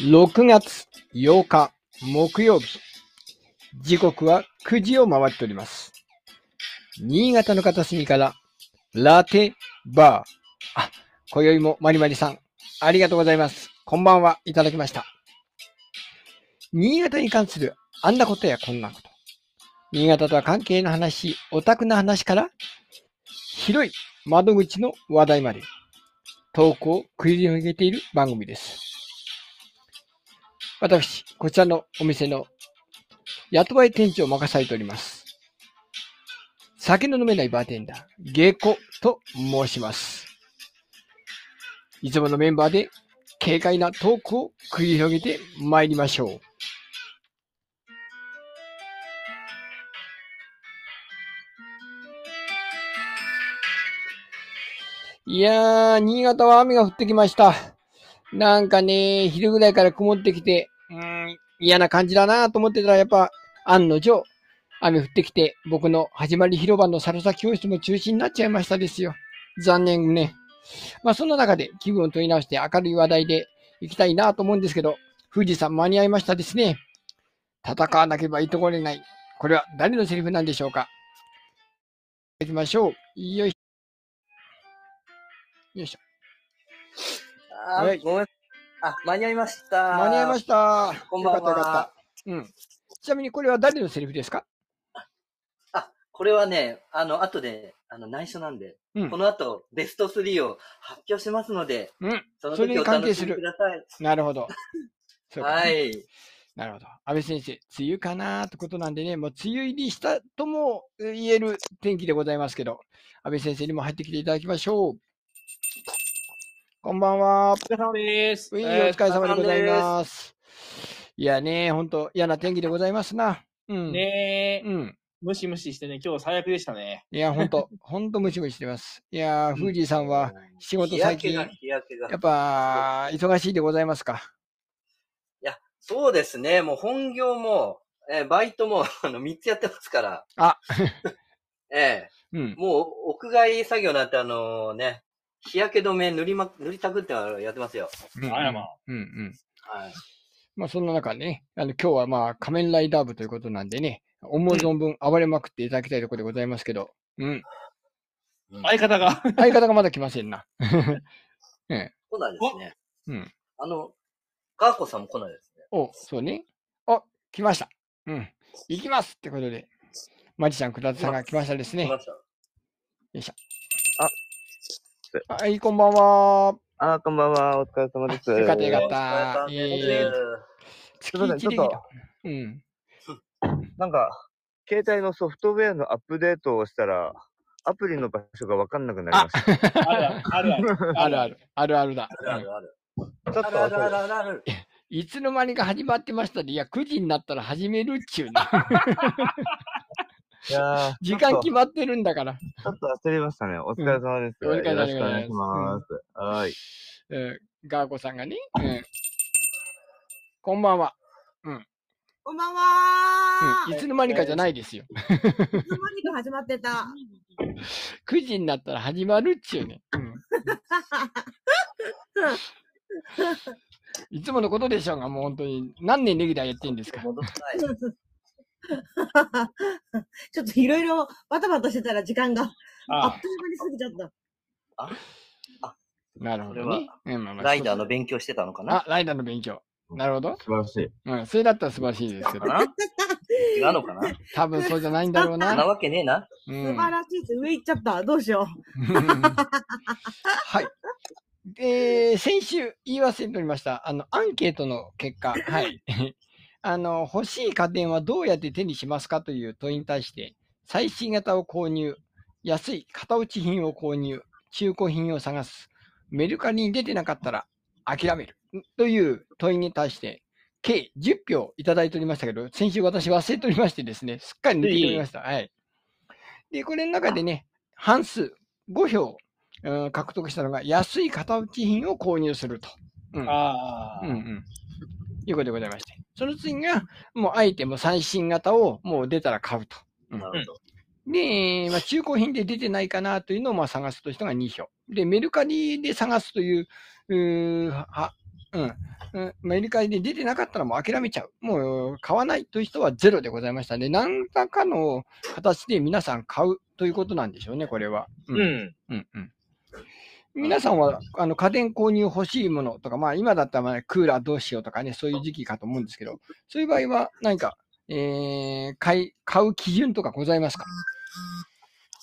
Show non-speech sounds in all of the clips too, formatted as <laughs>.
6月8日木曜日。時刻は9時を回っております。新潟の片隅からラテバー。あ、今宵もまりまりさん、ありがとうございます。こんばんはいただきました。新潟に関するあんなことやこんなこと。新潟とは関係の話、オタクな話から、広い窓口の話題まで、投稿を繰り広げている番組です。私、こちらのお店の雇われ店長を任されております。酒の飲めないバーテンダー、ゲコと申します。いつものメンバーで軽快なトークを繰り広げてまいりましょう。いやー、新潟は雨が降ってきました。なんかね、昼ぐらいから曇ってきて、うーん、嫌な感じだなと思ってたら、やっぱ、案の定、雨降ってきて、僕の始まり広場の猿崎教室も中止になっちゃいましたですよ。残念ね。まあ、そんな中で気分を取り直して明るい話題で行きたいなと思うんですけど、富士山間に合いましたですね。戦わなければいとこれない。これは誰のセリフなんでしょうか行きましょう。よいしょ。よいしょ。あーはいごめん。あ、間に合いました。間に合いましした。こんばんはよかったよかった。うん。ちなみにこれは誰のセリフですかた。あ、これはね、あの、後で、あの、内緒なんで、うんこの後、ベスト3を発表しますので、うん。そのそれ時にお関係楽すしるみください。なるほ <laughs> ど。そうかはい。なるほど。安倍先生、梅雨かなーってことなんでね、もう梅雨入りしたともえ言える天気でございますけど、安倍先生にも入ってきていただきましょう。こんばんは。お疲れ様です。ういおえー疲れ様でございます。いやね、ほんと嫌な天気でございますな。うん。ねえ、うん。ムシムシしてね、今日最悪でしたね。いや、ほん <laughs> と、ほんとムシムシしてます。いやー、フージーさんは、仕事日最焼け近、が、日焼けがやっ。ぱ、忙しいでございますか。そうですね、もう本業も、えーバイトも、 <laughs> あの、3つやってますから。あ <laughs> えうんえ。もう、屋外作業なんて、あのね、日焼け止め塗りま、塗りたくってはやってますよ。うんあらま。うんうん。はい。まあ、そんな中ね、あの、今日はまあ、仮面ライダー部ということなんでね、思う存分暴れまくっていただきたいところでございますけど、うん。相方が。 <laughs> 相方がまだ来ませんな。来ないですね。うん。あの、ガーコさんも来ないですね。お、そうね。お、来ました。うん。行きますってことで、マジシャン倉田さんが来ましたです来ね。ました。はい、こんばんは。あー、こんばんは。お疲れ様です。あよかったよかっお疲れ様ですえすいません月一できちょっとたうん。なんか、携帯のソフトウェアのアップデートをしたら、アプリの場所がわかんなくなりましあるある。あるある。 <laughs> あるある。あるあるだ。あるあるある。た。ちょっあとるあるあ遅るあるある。いつの間にか始まってましたね。いや、9時になったら始めるっちゅうね。い。いやー時間決ちまってるんだから。ょっとちょっと焦りましたね。お疲れ様です。うんお疲れよ様ろでしごくおざいます願いします。はーい。うんガーコさんがね。うんこんばんは、こんばんうはんいつの間にかじゃない <laughs> ですよ。ー。いつの間にか始まってた。 9時になったら始まるっちゅうね。 <laughs> いつものことでしょうが、もう本当に。何年レギュラーやってんですか。戻ってない。 <laughs> ちょっといろいろバタバタしてたら時間があっあという間に過ぎちゃった。なるほどそれね。うんまあまあライダーの勉強してたのかなあ、ライダーの勉強。なるほど。素晴らしい。うん、それだったら素晴らしいですけどか。ななのかな多分そうじゃないんだろうそんなな。わけねえな。う素ん、晴はらしいです。上行っちゃった。どうしよい。で、先週言い忘れておりました。あの、アンケートの結果。はい。あの、欲しい家電はどうやって手にしますかという問いに対して、最新型を購入、安い型落ち品を購入、中古品を探す、メルカリに出てなかったら諦める、んという問いに対して、計10票いただいておりましたけど、先週私忘れておりましてですね、すっかり抜いておりました。はい。で、これの中でね、半数、5票、うん獲得したのが、安い型落ち品を購入すると。うんあうんーうん。いうことでございまして。その次が、もうあえてもう最新型をもう出たら買うと。なるほど。で、まあ、中古品で出てないかなというのをまあ探すという人が2票。で、メルカリで探すといううーはうん。うんメルカリで出てなかったらもう諦めちゃう。もう買わないという人はゼロでございましたね。何らかの形で皆さん買うということなんでしょうね、これは。ううん。うんうん皆さんはあの家電購入欲しいものとか、まあ、今だったらまあクーラーどうしようとかね、そういう時期かと思うんですけど、そういう場合は何か、えー、買い買う基準とかございますか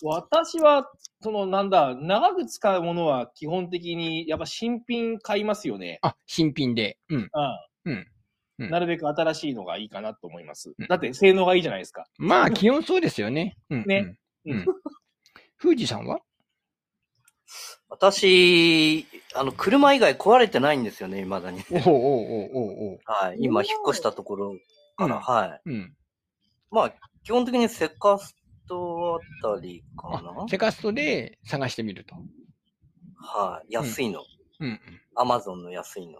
私は、そのなんだ、長く使うものは基本的にやっぱ新品買いますよね。あ、新品で。うん。ううんうんなるべく新しいのがいいかなと思いますうん。だって性能がいいじゃないですか。ま <laughs> あ、基本そうですよね。うん、ねうん。うん。富士さんは私、あの、車以外壊れてないんですよね、未だに。おおおうおうおうおうはい。今、引っ越したところから、うんはい。うん。まあ、基本的にセカストあたりかなあ、セカストで探してみると。はい。安いの。うんうん。アマゾンの安いの。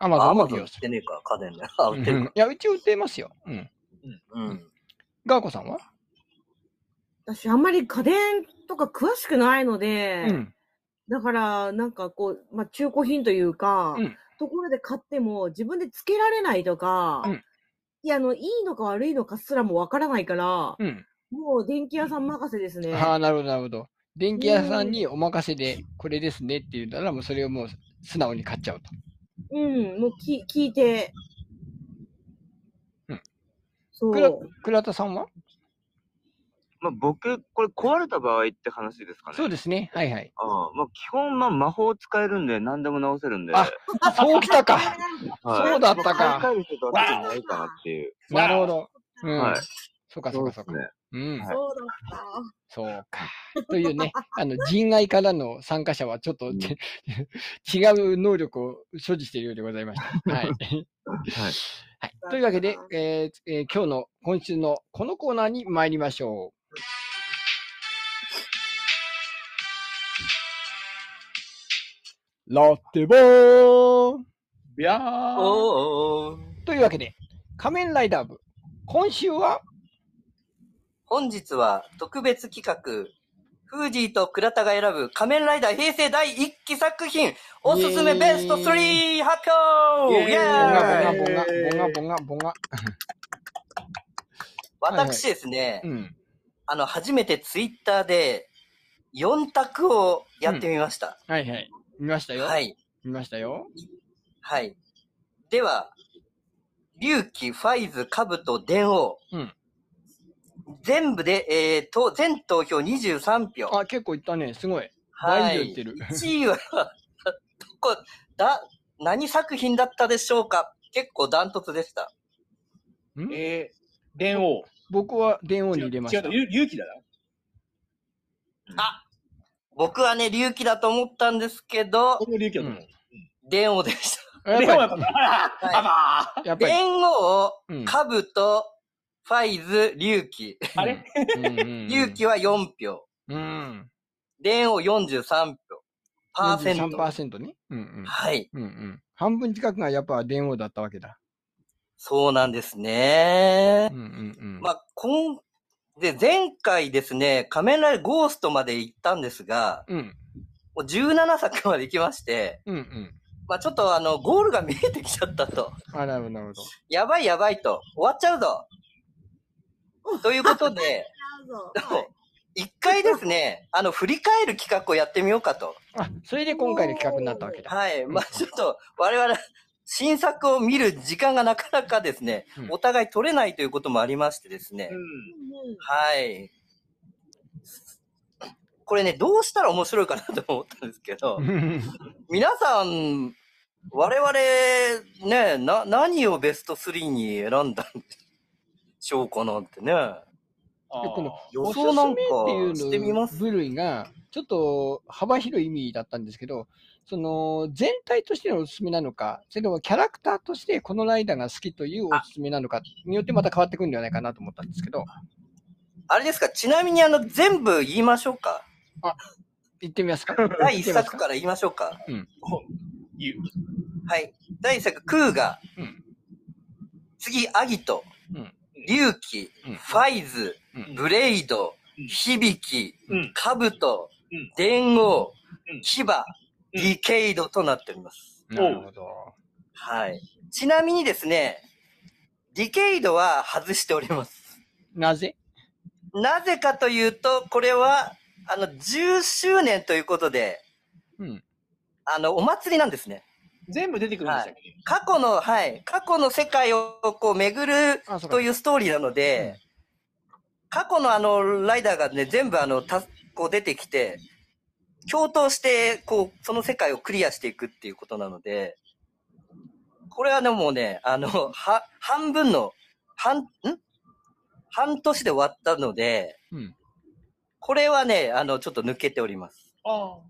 アあマゾアンもマ利ゾン売用っすてる。ねえか、家電で。あ、売ってうんるいか。や、うち売ってますよ。うん。うん。ガーコさんは私、あんまり家電とか詳しくないので、うん。だから、なんかこう、まあ、中古品というか、うんところで買っても自分でつけられないとか、うんいや、あの、いいのか悪いのかすらもわからないから、うん。もう電気屋さん任せですね。ああ、なるほど、なるほど。電気屋さんにお任せで、これですねって言ったら、もうそれをもう素直に買っちゃうと。うん、もうき聞いて。うんそ倉う。倉田さんはまあ、僕、これ壊れた場合って話ですかね。そうでですね。はいはい。ああまあ、基本、まあ、魔法使えるんで、何でも直せるんで。あそうきたか。はいそうだったかまあ買い替える人が多分ないかなっていう。なるほど。うん。はいそうか、そうか、そうか。うんは。いそうだそった。うか。という <laughs> ね、あの、人外からの参加者はちょっと、 <laughs> うん違う能力を所持しているようでございました。はい。はい。はい、というわけで、えーえー今日の、今週のこのコーナーに参りましょう。ラテボービャおーーおーというわけで、仮面ライダー部、今週は、本日は特別企画、フージーと倉田が選ぶ仮面ライダー平成第1期作品、おすすめベスト3発表イエーイイエボーガイボガボガボガボガボガ。私ですね、うん。あの、初めてツイッターで4択をやってみました。はいはい。見ましたよ。はい。見ましたよ。はい。では、龍騎、ファイズ、カブと電王。うん全部で、えー、と、全投票23票。あ、結構いったね。すごい。は倍以上いいっ。てる。 1位はどこだ何作品だったでしょうか結構ダントツでした。んえー、電王。僕は電王に違う入れ違うました。、ゆ勇気だな。僕はね、龍騎だと思ったんですけど、この勇気だと思う。電王でしやっ電王やぱっぱ、た。はい、あり、やっぱり。電王、うんカブと、ファイズ、龍騎。ばーあれ <laughs> 龍騎は4票。うん。電王43票。パーセント。 3%ね。うんうん。はい。うんうん。半分近くがやっぱ電王だったわけだ。そうなんですねうん。うんうん。まあ、今、で、前回ですね、仮面ライダーゴーストまで行ったんですが、うんもう17作まで行きまして、うんうん。まあちょっとあの、ゴールが見えてきちゃったと。あ、なるほど、なるほど。やばいやばいと。終わっちゃうぞ。ということで、どうぞもう一回ですね、あの、振り返る企画をやってみようかと。あ、それで今回の企画になったわけだ。はい。まあちょっと、我々、新作を見る時間がなかなかですねうん、お互い取れないということもありましてですねう。うんはい。これね、どうしたら面白いかなと思ったんですけど、皆さん、我々、ね、な、何をベスト3に選んだんでしょうかなんてね。このん。予おす想すなめんっかてしいてみうのます部類が、ちょっと幅広い意味だったんですけど、その全体としてのおすすめなのか、それともキャラクターとしてこのライダーが好きというおすすめなのかによってまた変わってくるんではないかなと思ったんですけど、あれですか、ちなみにあの、全部言いましょうか。行ってみますか。第行って1みます作から言いましょうか。ゆはい。第1作、クーガ。うん次、アギト。うんリュウキ、うんファイズ、うんブレイド、うん響き、うんカブトうん、電王うん、キバ、うんディケイドとなっております。なるほど。はい。ちなみにですね、ディケイドは外しております。なぜなぜかというと、これは、あの、10周年ということで、うん。あの、お祭りなんですね。全部出てくるんでしたっけ、過去の、はい、過去の世界をこう巡るあそうかというストーリーなので、過去のあの、ライダーがね、全部あの、た、こう出てきて、共闘して、こう、その世界をクリアしていくっていうことなので、これはね、もうね、あの、は、半分の、半、ん半年で終わったので、うん。これはね、あの、ちょっと抜けております。ああ。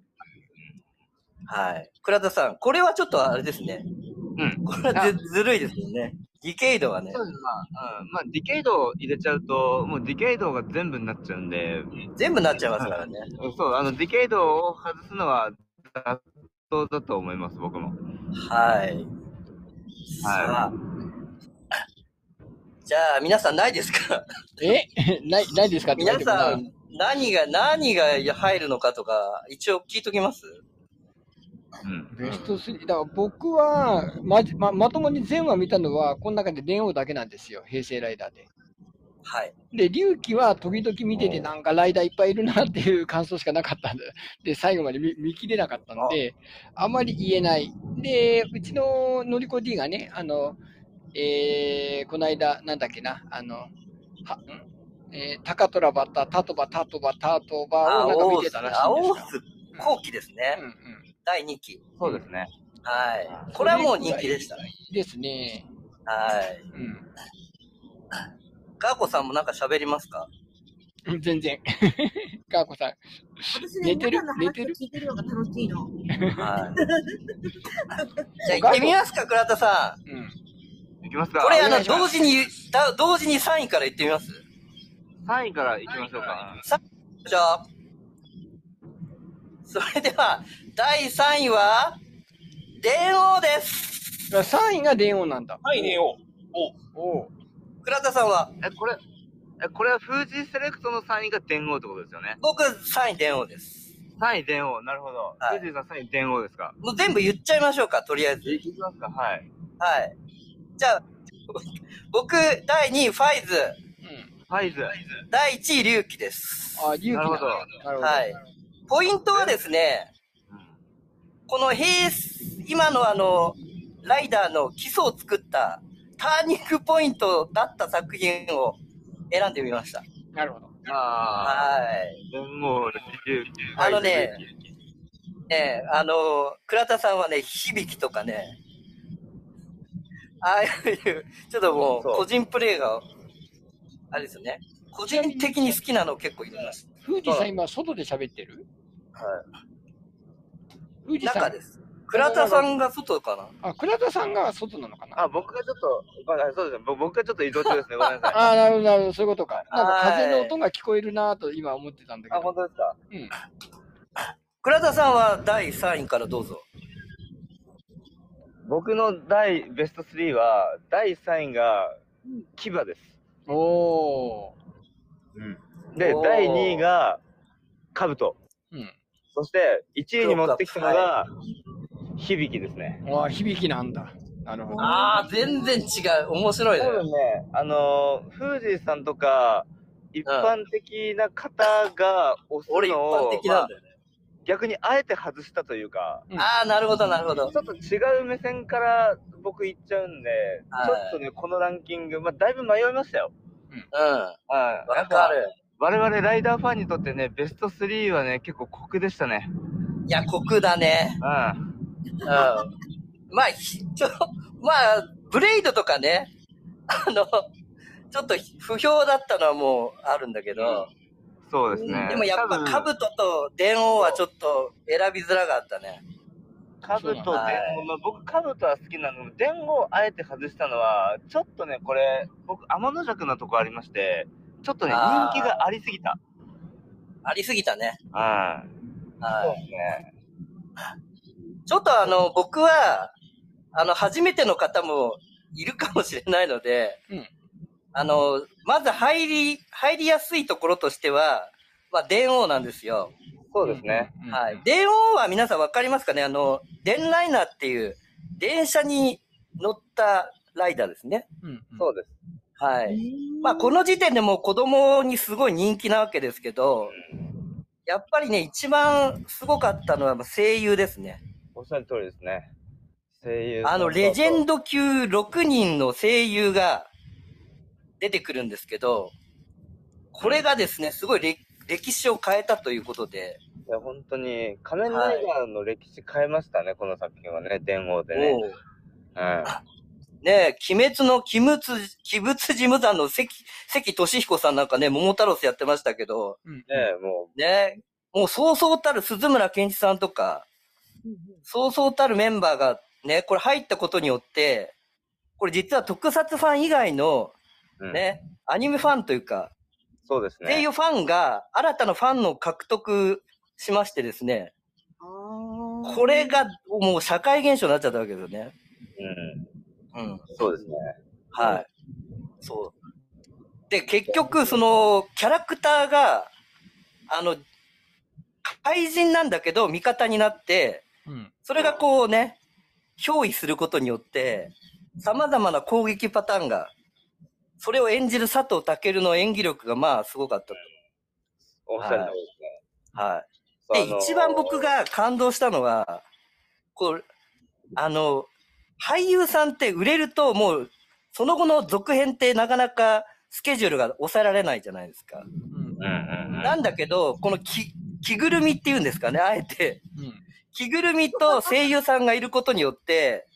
はい。倉田さん、これはちょっとあれですね。うん。これはずずるいですよね。ディケイドはね。そうですまあ、うん。まあ、ディケイドを入れちゃうと、もうディケイドが全部になっちゃうんで、全部なっちゃいますからね。そう、あの、ディケイドを外すのは、妥当だと思います、僕も。はい。さあ。 <laughs> じゃあ、皆さんないですかえ <laughs> ない、ないですかって言われ皆てもなさん、何が、何が入るのかとか、一応聞いときますうん。ベスト3。だから僕はまじ、ま、まともに全話見たのは、この中で電王だけなんですよ。平成ライダーで。はい。で、龍騎は時々見てて、なんかライダーいっぱいいるなっていう感想しかなかったんで、で、最後まで見見切れなかったんで、あまり言えない。で、うちののりこ D がね、あの、えー、この間、なんだっけな、あの、はんえー、タカトラバタ、タトバ、タトバ、タトバをなんか青見オてス、たらしいん青ですオよス後期ですね。うんうん第2期。そうですね。はい。これはもう人気でした。ですね。はい。うガーコさんもなんか喋りますかん。全然。 <laughs> かーこさん。私ね、寝てる皆さんの話寝てる聞いてるのが楽しいの。 <laughs> はい。じゃあ行ってみますか、倉田さん。うん。いきますか。これおあ願の、いしま同時に、だ同時に3位から言ってみます3位からいきましょうか。じゃあ、それでは、第3位は、電王です。 3位が電王なんだ。はいねよ。おう倉田さんは、え、これ、え、これはフージーセレクトの3位が電王ってことですよね。僕3位電王です。 3位電王、なるほど。はいフージーさん3位電王ですか。もう全部言っちゃいましょうか、とりあえず。いきますか、はい。はい。じゃあ、僕、第2位、ファイズ。うん。ファイズ。第1位、龍騎です。あ、龍騎ななんるほだ。ど。なるほど。はい。ポイントはですね、この平成、今のあの、ライダーの基礎を作ったターニングポイントだった作品を選んでみました。なるほど。ああ、はい。電王、龍あのね、ねえ、あの、倉田さんはね、響きとかね、ああいう、ちょっともう、そう個人プレイが、あれですよね。個人的に好きなの結構います。富士さん今外で喋ってるは富士さ中んで。す。倉田さんが外かなあ、倉田さんが外なのかなあ、僕がちょっと、ごめんなさいそうですね。ぼ僕がちょっと移動中ですね。ごめんなさい。ああ、なるほど、なるほど、そういうことか。なんか風のはい音が聞こえるなぁと今思ってたんだけ <laughs> あ、本ど。当ですか。うん。倉田さんは第3位からどうぞ。僕の第ベスト3は、第3位が、牙です。おー。でおー、第2位が、兜。うん。そして、1位に持ってきたのが、響きですね。ああ、響きなんだ。なるほど。ああ、全然違う。面白いね多。分ね、あのー、フージーさんとか、一般的な方が押す俺一のを、般的なんまだよね。あ逆にあえて外したというか、うんああー、なるほど、なるほど。ちょっと違う目線から僕行っちゃうんで、はいちょっとね、このランキング、まあ、だいぶ迷いましたよ。うん。わはい。やっかぱる。我々ライダーファンにとってね、ベスト3はね、結構酷でしたね。いや、コクだね。うん。うん。まあ、ひちょ、まあ、ブレイドとかね。あの、ちょっと不評だったのはもうあるんだけど。そうですね。でもやっ多ぱ、分カブトと電王はちょっと選びづらかったね。カブと電王、はいまあ、僕カブとは好きなの、電王をあえて外したのは、ちょっとね、これ、僕、天の弱なとこありまして、ちょっとね、あ人ー気がありすぎた。ありすぎたね。うん。はいそう。ですね。ちょっとあの、僕は、あの、初めての方もいるかもしれないので、うんあの、まず入り、入りやすいところとしては、まあ、電王なんですよ。そうですね。うん。はい。電音は皆さんわかりますかねあの、電ライナーっていう、電車に乗ったライダーですね。うんうんそうです。はい。ままあ、この時点でもう子供にすごい人気なわけですけど、やっぱりね、一番すごかったのは声優ですね。おっしゃる通りですね。声優あの、レジェンド。ド級6人の声優が出てくるんですけど、これがですね、すごい歴歴史を変えたということで、いや、本当に、仮面ライダーの歴史変えましたね、この作品はね、伝王でね。もうはねえ、鬼滅の鬼物、鬼物事務団の関、関俊彦さんなんかね、桃太郎さんやってましたけど、うんうんい。ねもねえ、もうそうそうたる鈴村健一さんとか、そうそうたるメンバーがね、これ入ったことによって、これ実は特撮ファン以外のう、うんね、アニメファンというか、そうですっていね。うファンが新たなファンの獲得しましてですね、これがもう社会現象になっちゃったわけですよね。うん。うん。そうですね。はい。そう。で、結局、その、キャラクターが、あの、怪人なんだけど、味方になって、うんそれがこうね、憑依することによって、様々な攻撃パターンが、それを演じる佐藤健の演技力がまあすごかったおっしゃる通りですね。と。はい。そうあで、のー一番僕が感動したのは、こう、あの、俳優さんって売れるともう、その後の続編ってなかなかスケジュールが抑えられないじゃないですか。うんうんうんうん。なんだけど、このき着ぐるみっていうんですかね、あえて。うん着ぐるみと声優さんがいることによって、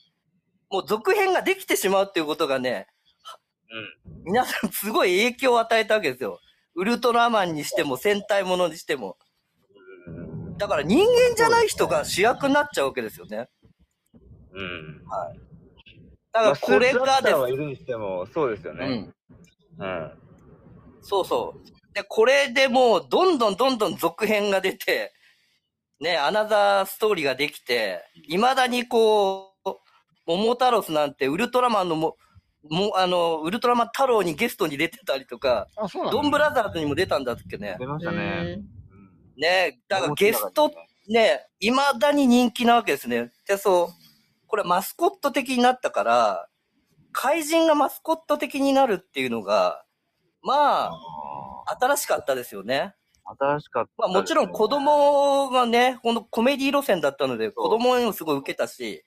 もう続編ができてしまうっていうことがね、皆さんすごい影響を与えたわけですよ。ウルトラマンにしても戦隊ものにしても。うんだから人間じゃない人が主役になっちゃうわけですよね。うん。だからこれまがあスーツラですッターはいるにしても、そうですようね。ん。うん。そうそう。で、これでもうどんどんどんどん続編が出て、ね、アナザーストーリーができて、未だにこう、桃太郎なんてウルトラマンのも、も、あの、ウルトラマン太郎にゲストに出てたりとか、あ、そうなんだドンブラザーズにも出たんだっけね。出ましたね。うんね、だからゲストね、未だに人気なわけですね。で、そう、これマスコット的になったから、怪人がマスコット的になるっていうのが、まああ、新しかったですよね。ー新しかったですね。まあもちろん子供がね、このコメディ路線だったので、子供にもすごい受けたし、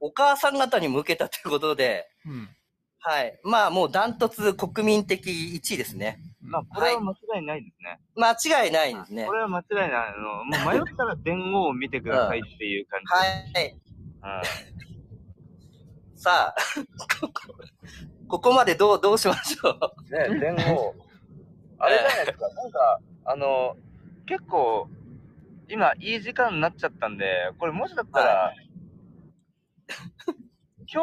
お母さん方にも受けたということで、うんはい。まあもうダントツ国民的1位ですね。うん。まあ、これは間違いないですね。間違いないですねこ。れは間違いない。あの、もう迷ったら伝言を見てくださいっていう感はい。じ。さあ、 <laughs> ここここまでどう、どうしましょう。<laughs> うん。ね、伝言。あれじゃないですか。なんか、あの、結構、今、いい時間になっちゃったんで、これもしだったら、今日、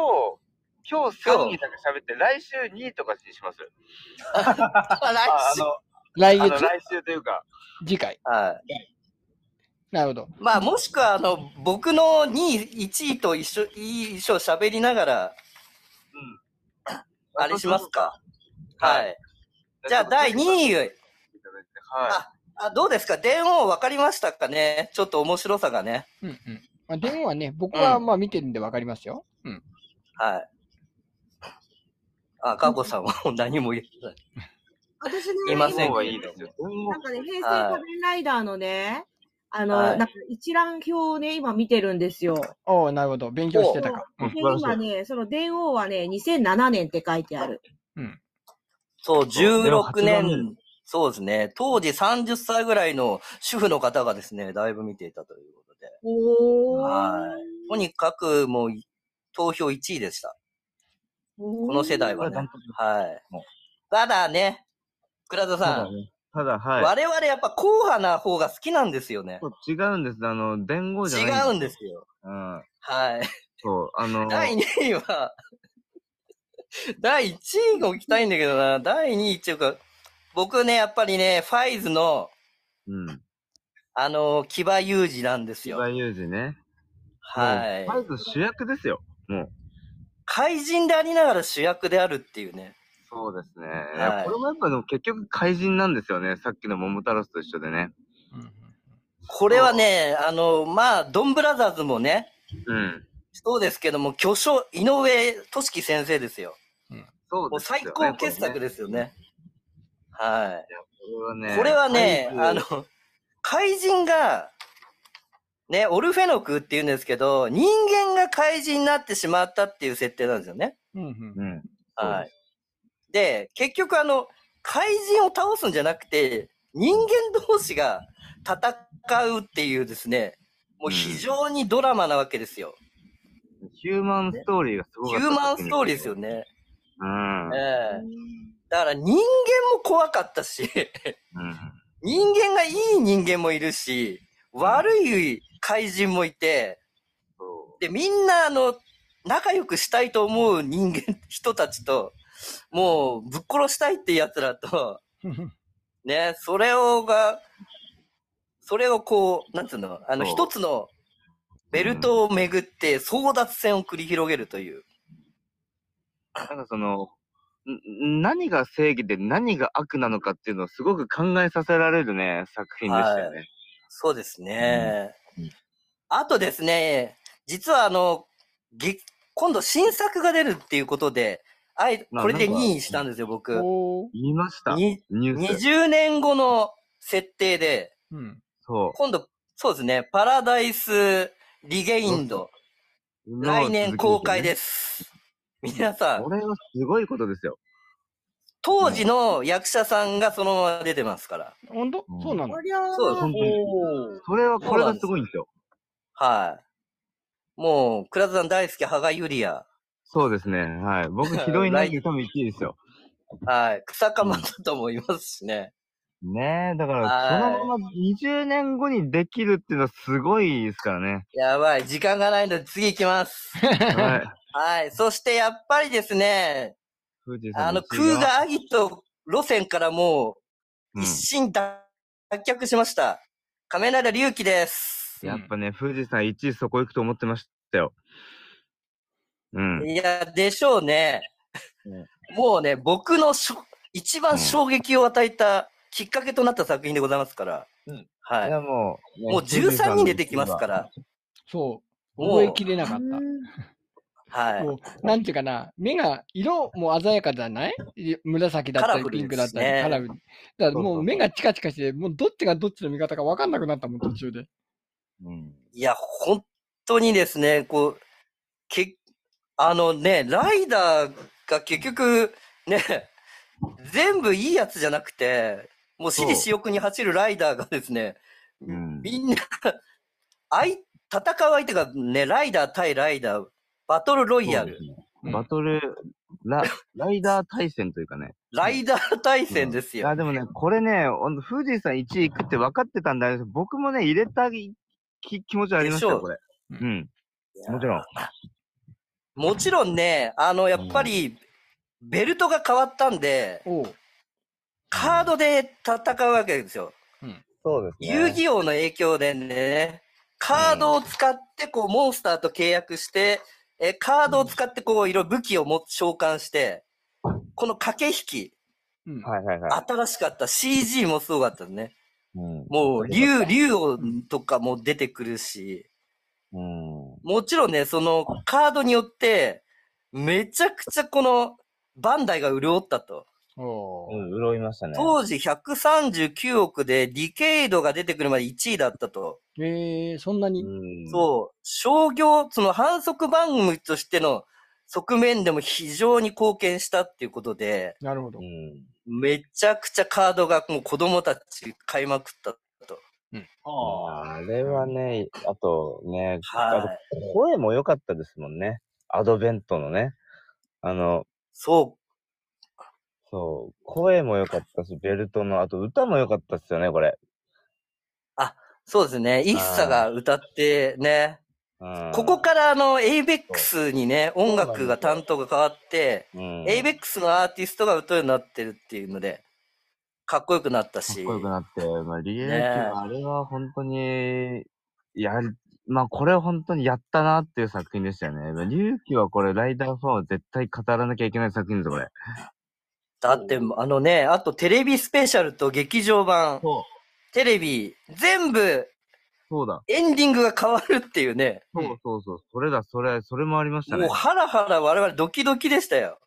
今日3人だけ喋って、来週2とかにします。来ああ週の、来あの月来週というか、次回。はい。なるほど。まあ、もしくは、あの、僕の2位、1位と一緒、一緒喋りながら、うん。あれしますか。ははいい。じゃあ、第2位。位。はあ、どうですか電王分かりましたかねちょっと面白さがね。うんうん。まあ、電話はね、僕はまあ見てるんでわかりますよ。うん。はい。あ、かこさんはもう何も言えない。私ね、いい。ません伝言はいいですよ。伝な言んかね、平成仮面ライダーのね、あの、はいなんか一覧表をね、今見てるんですよ。おおなるほど。勉強してたか。うでん、素晴ら今ね、その電王はね、2007年って書いてある。そう、 16 16年。そうですね。当時30歳ぐらいの主婦の方がですね、だいぶ見ていたということで。おはとにかくもう投票1位でした。ここの世代はね。はい。ただね、倉田さん、ただ、はい。我々やっぱ硬派な方が好きなんですよね。違うんです。あの、伝言じゃ違ない。うんですよ。うん。はい。そう、あの、第2位は、 <laughs> 第1位が置きたいんだけどな。第2位っていうか、僕ね、やっぱりね、ファイズの、うん。あのー、木場裕二なんです千よ葉。雄二ね。はい。まず主役ですよ。もう。怪人でありながら主役であるっていうね。そうですね。いいやこれもやっぱでも結局怪人なんですよね。さっきの桃太郎と一緒でね。うんこれはね、あの、まあ、ドンブラザーズもね、うん。そうですけども、巨匠、井上俊樹先生ですよ。そうもうですよ最ね高傑作ですよね。はい。これはね。これはね、怪あ獣、の、怪人が、ね、オルフェノクって言うんですけど、人間が怪人になってしまったっていう設定なんですよね。うんうんうん。はい。で、結局あの、怪人を倒すんじゃなくて、人間同士が戦うっていうですね、もう非常にドラマなわけですよ。ヒューマンストーリーがすごヒかった。ューマンストーリーですよ。ね。うん。うん。ええだから人間も怖かったし、人間がいい人間もいるし、悪い怪人もいて、そで、みんな、あの、仲良くしたいと思う人間、人たちと、もう、ぶっ殺したいって奴らと、うんね、それをが、それをこう、なんつうの、あの、そう一つのベルトをめぐって争奪戦を繰り広げるという。う。なんかその、ん何が正義で何が悪なのかっていうのをすごく考えさせられるね、作品でしたよね。そうですね。うんうんあとですね、実はあの、げ今度新作が出るっていうことで、あいなこれでなんか2位にしたんですよ、僕。おー言いました。ニにュース。 20年後の設定で、うんそ今度、そうですね、パラダイスリゲインド、う。来年公開すです。皆さんこ、れはすごいことですよ。当時の役者さんがそのまま出てますから。本当うんそうなのこりゃあそうお本お。それは、これがすごいんですよ。はい。もう、倉田さん大好き、羽賀ゆりや。そうですね。はい。 <laughs> 僕、ひどいなぎ多分1位ですよ。はい。草かまともいますしね。ねえ、だから、はそいのまま20年後にできるっていうのはすごいですからね。やばい。時間がないので次行きます。 <laughs> はい。はい。そしてやっぱりですね、富士山あの、一ク位ーはガアギト路線からもううん一心脱却しました。亀梨隆輝です。やっぱね、富士山1位そこ行くと思ってましたよ。うん。いや、でしょうねね。もうね、僕のしょ一番衝撃を与えたきっかけとなった作品でございますから。うんはいい。やもう、もう13人出てきますから。そうもう覚えきれなかったはい。こうなんていうかな、目が色も鮮やかじゃないい紫だったカラフり、ルピンクだったり、ですねカラフル。だからそうそうもそうう目がチカチカして、もうどっちがどっちの味方か分かんなくなったもん、途中で。うん。いや、本当にですね、こう、け、あのね、ライダーが結局、ね、全部いいやつじゃなくて、もう私利私欲に走るライダーがですね、うん。みんな、あい、戦う相手がね、ライダー対ライダー、バトルロイヤル、うんバトル、ラ、ライダー対戦というかね。ライダー対戦ですいよ。や、でもね、これね、ほんと富士山1位行くって分かってたんであれです僕もね、入れたいき気持ちはありましたでしょよ、うこれ。ううん。もちろん。もちろんね、あの、やっぱり、ベルトが変わったんで、おうカードで戦うわけですよ。そうです遊戯王の影響でね、カードを使って、こう、モンスターと契約して、え、カードを使って、こう、いろいろ武器をも召喚して、この駆け引き、うんはいはいはい。新しかった。CG もすごかったね。うんもう、竜、竜王とかも出てくるし、うん。もちろんね、その、カードによって、めちゃくちゃこの、バンダイが潤ったと。おううん、潤いましたね。当時139億で、ディケイドが出てくるまで1位だったと。えー、そんなに。うんそう、商業、その反則番組としての側面でも非常に貢献したっていうことで、なるほどう。ん。めちゃくちゃカードがもう子供たち買いまくった。ああ。あれはね、あとね、あはとい。声も良かったですもんね。アドベントのね。あの、そそう、声も良かったし、ベルトの、あと歌も良かったっすよね、これ。う、そうですね。一茶が歌ってね、うんここ、からあの、エイベックスにね、音楽が担当が変わって、うん、エイベックスのアーティストが歌うようになってるっていうので、かっこよくなったかっしこ、よくなって、まあ、リエねえはあれは本当に、やり、まあ、これは本当にやったなっていう作品でしたよね。まあ龍騎はこれ、ライダーファンは絶対語らなきゃいけない作品ですよ、これ。だってあのね、あとテレビスペシャルと劇場版、そテレビ、全部そうだ。エンディングが変わるっていうね、そうそうそう。それだ、それ、それもありましたもうね。ハラハラ我々ドキドキでしたよ。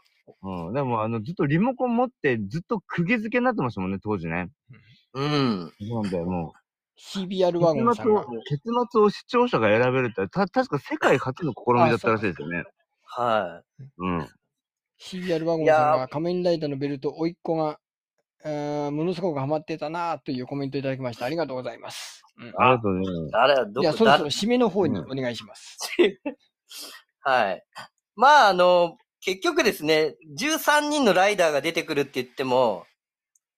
うん。でも、あの、ずっとリモコン持って、ずっと釘付けになってましたもんね、当時ね。うん。なんで、もう。 CBR ワゴン結さ末んがを。、結末を視聴者が選べるって、た、確か世界初の試みだったらしいですよね。はうん。 CBR ワゴンさんいやが仮面ライダーのベルト、甥いっ子が、あーものすごくハマってたなあというコメントいただきました。ありがとうございます。うんありがとうね。い。あれはどいや、こそろだそろ締めの方にお願いします。はい。まあ、あの、結局ですね、13人のライダーが出てくるって言っても、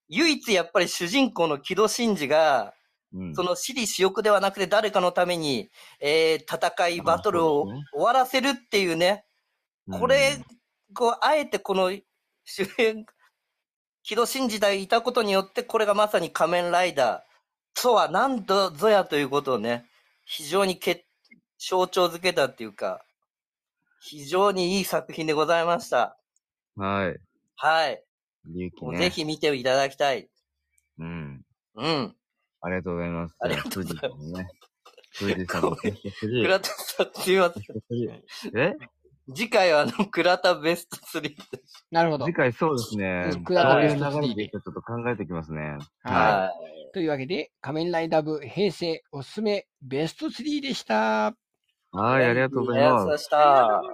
唯一やっぱり主人公の木戸真治が、うん。その私利私欲ではなくて誰かのために、えー戦い、バトルをそうですね終わらせるっていうね、これ、こう、あえてこの主演、木戸真治代いたことによって、これがまさに仮面ライダーとは何度ぞやということをね、非常にけ象徴づけたっていうか、非常にいい作品でございました。うんはい。はい。勇気もうね。ぜ。ひ見ていただきたい。うん。うん。ありがとうございます。ありがとうございます。ね。富士山もベスト3。倉田さん、すみません。え次回はあの、倉田ベスト3。なるほど次。回そうですね。うんどういう流れでいくかちょっと考えてきますね。ははい。い。というわけで、仮面ライダー部平成おすすめベスト3でした。はい、ありがとうございありがとうございま。ますしありたがとうご。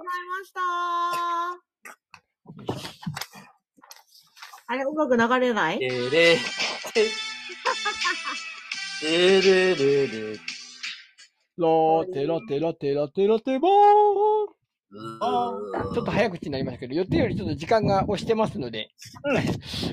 ざいました。あれ、音楽流れないレレレレレレロテロテロテロテロテボーンちょっと早口になりましたけど、予定よりちょっと時間が押してますので、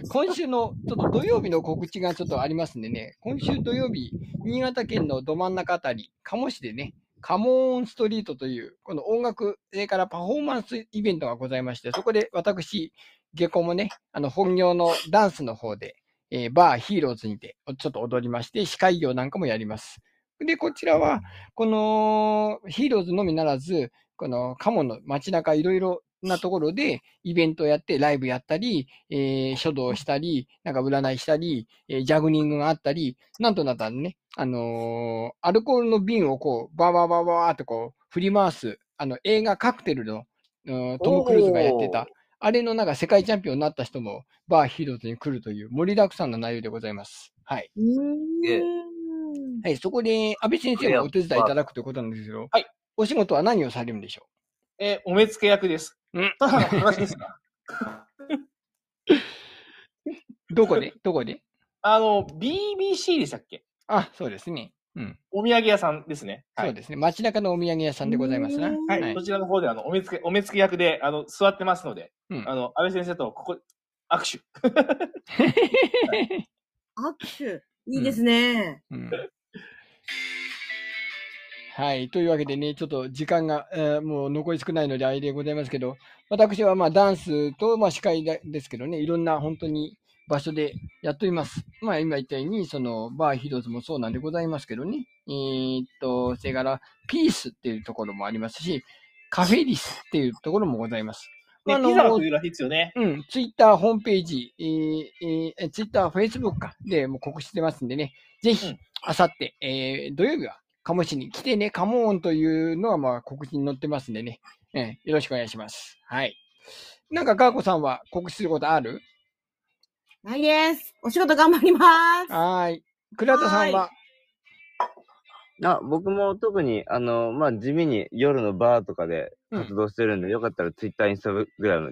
今週のちょっと土曜日の告知がちょっとありますんでね、今週土曜日、新潟県のど真ん中あたり、鴨市でね、カモーンストリートという、この音楽、それからパフォーマンスイベントがございまして、そこで私、下校もね、あの本業のダンスの方で、えーバーヒーローズにてちょっと踊りまして、司会業なんかもやります。で、こちらは、このヒーローズのみならず、このカモの街中いろいろなところでイベントをやってライブやったり、えー書道をしたり、なんか占いしたり、えージャグニングがあったり、なんとなったね、あのーアルコールの瓶をこう、バーバーバーバーってこう、振り回す、あの映画カクテルの、うんトム・クルーズがやっておーた、あれのなんか世界チャンピオンになった人もバーヒーローズに来るという盛りだくさんの内容でございます。はい。うーん。はい、そこで安倍先生がお手伝いいただくということなんですけど、はい。お仕事は何をされるんでしょえ、お目付け役です。うん。 <laughs> 話ですかう <laughs> どこでどこであの、BBC でしたっけあ、そうですね。うん。お土産屋さんですね。はそうい。ですね。街中のお土産屋さんでございますな。うんは。はいいそちらの方で、あの、お目付け、お目付け役で、あの、座ってますので、うんあの、安倍先生と、ここ、握手。握手。いいですね。うんはい。というわけでね、ちょっと時間が、えーもう残り少ないのであれでございますけど、私はまあダンスと、まあ、司会だですけどね、いろんな本当に場所でやっております。まあ今言ったように、そのバーヒーローズもそうなんでございますけどね、えーっと、それからピースっていうところもありますし、カフェリスっていうところもございます。まああね、のピザを食うらしいですよね。うん、ツイッターホームページ、えーえー、ツイッター、フェイスブックか、で、もう告知してますんでね、ぜうひん、あさって、えー土曜日は、カモシに来てね、カモーンというのは、まあ、告知に載ってますんでね、えーよろしくお願いします。はい。なんか、ガーコさんは告知することあるないです。お仕事頑張ります。はーい。倉田さんは、あ、僕も特に、あの、まあ、地味に夜のバーとかで活動してるんで、よかったら Twitter、Instagram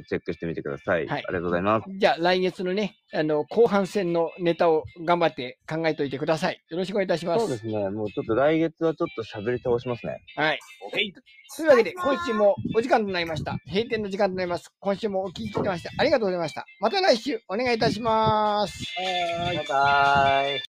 チェックしてみてください。はいありがとうございます。じゃあ、来月のね、あの、後半戦のネタを頑張って考えておいてください。よろしくお願いいたします。そうですね。もうちょっと来月はちょっと喋り倒しますね。はい。というわけで、今週もお時間となりました。閉店の時間となります。今週もお聞きしてましてありがとうございました。また来週お願いいたします。バイバイ。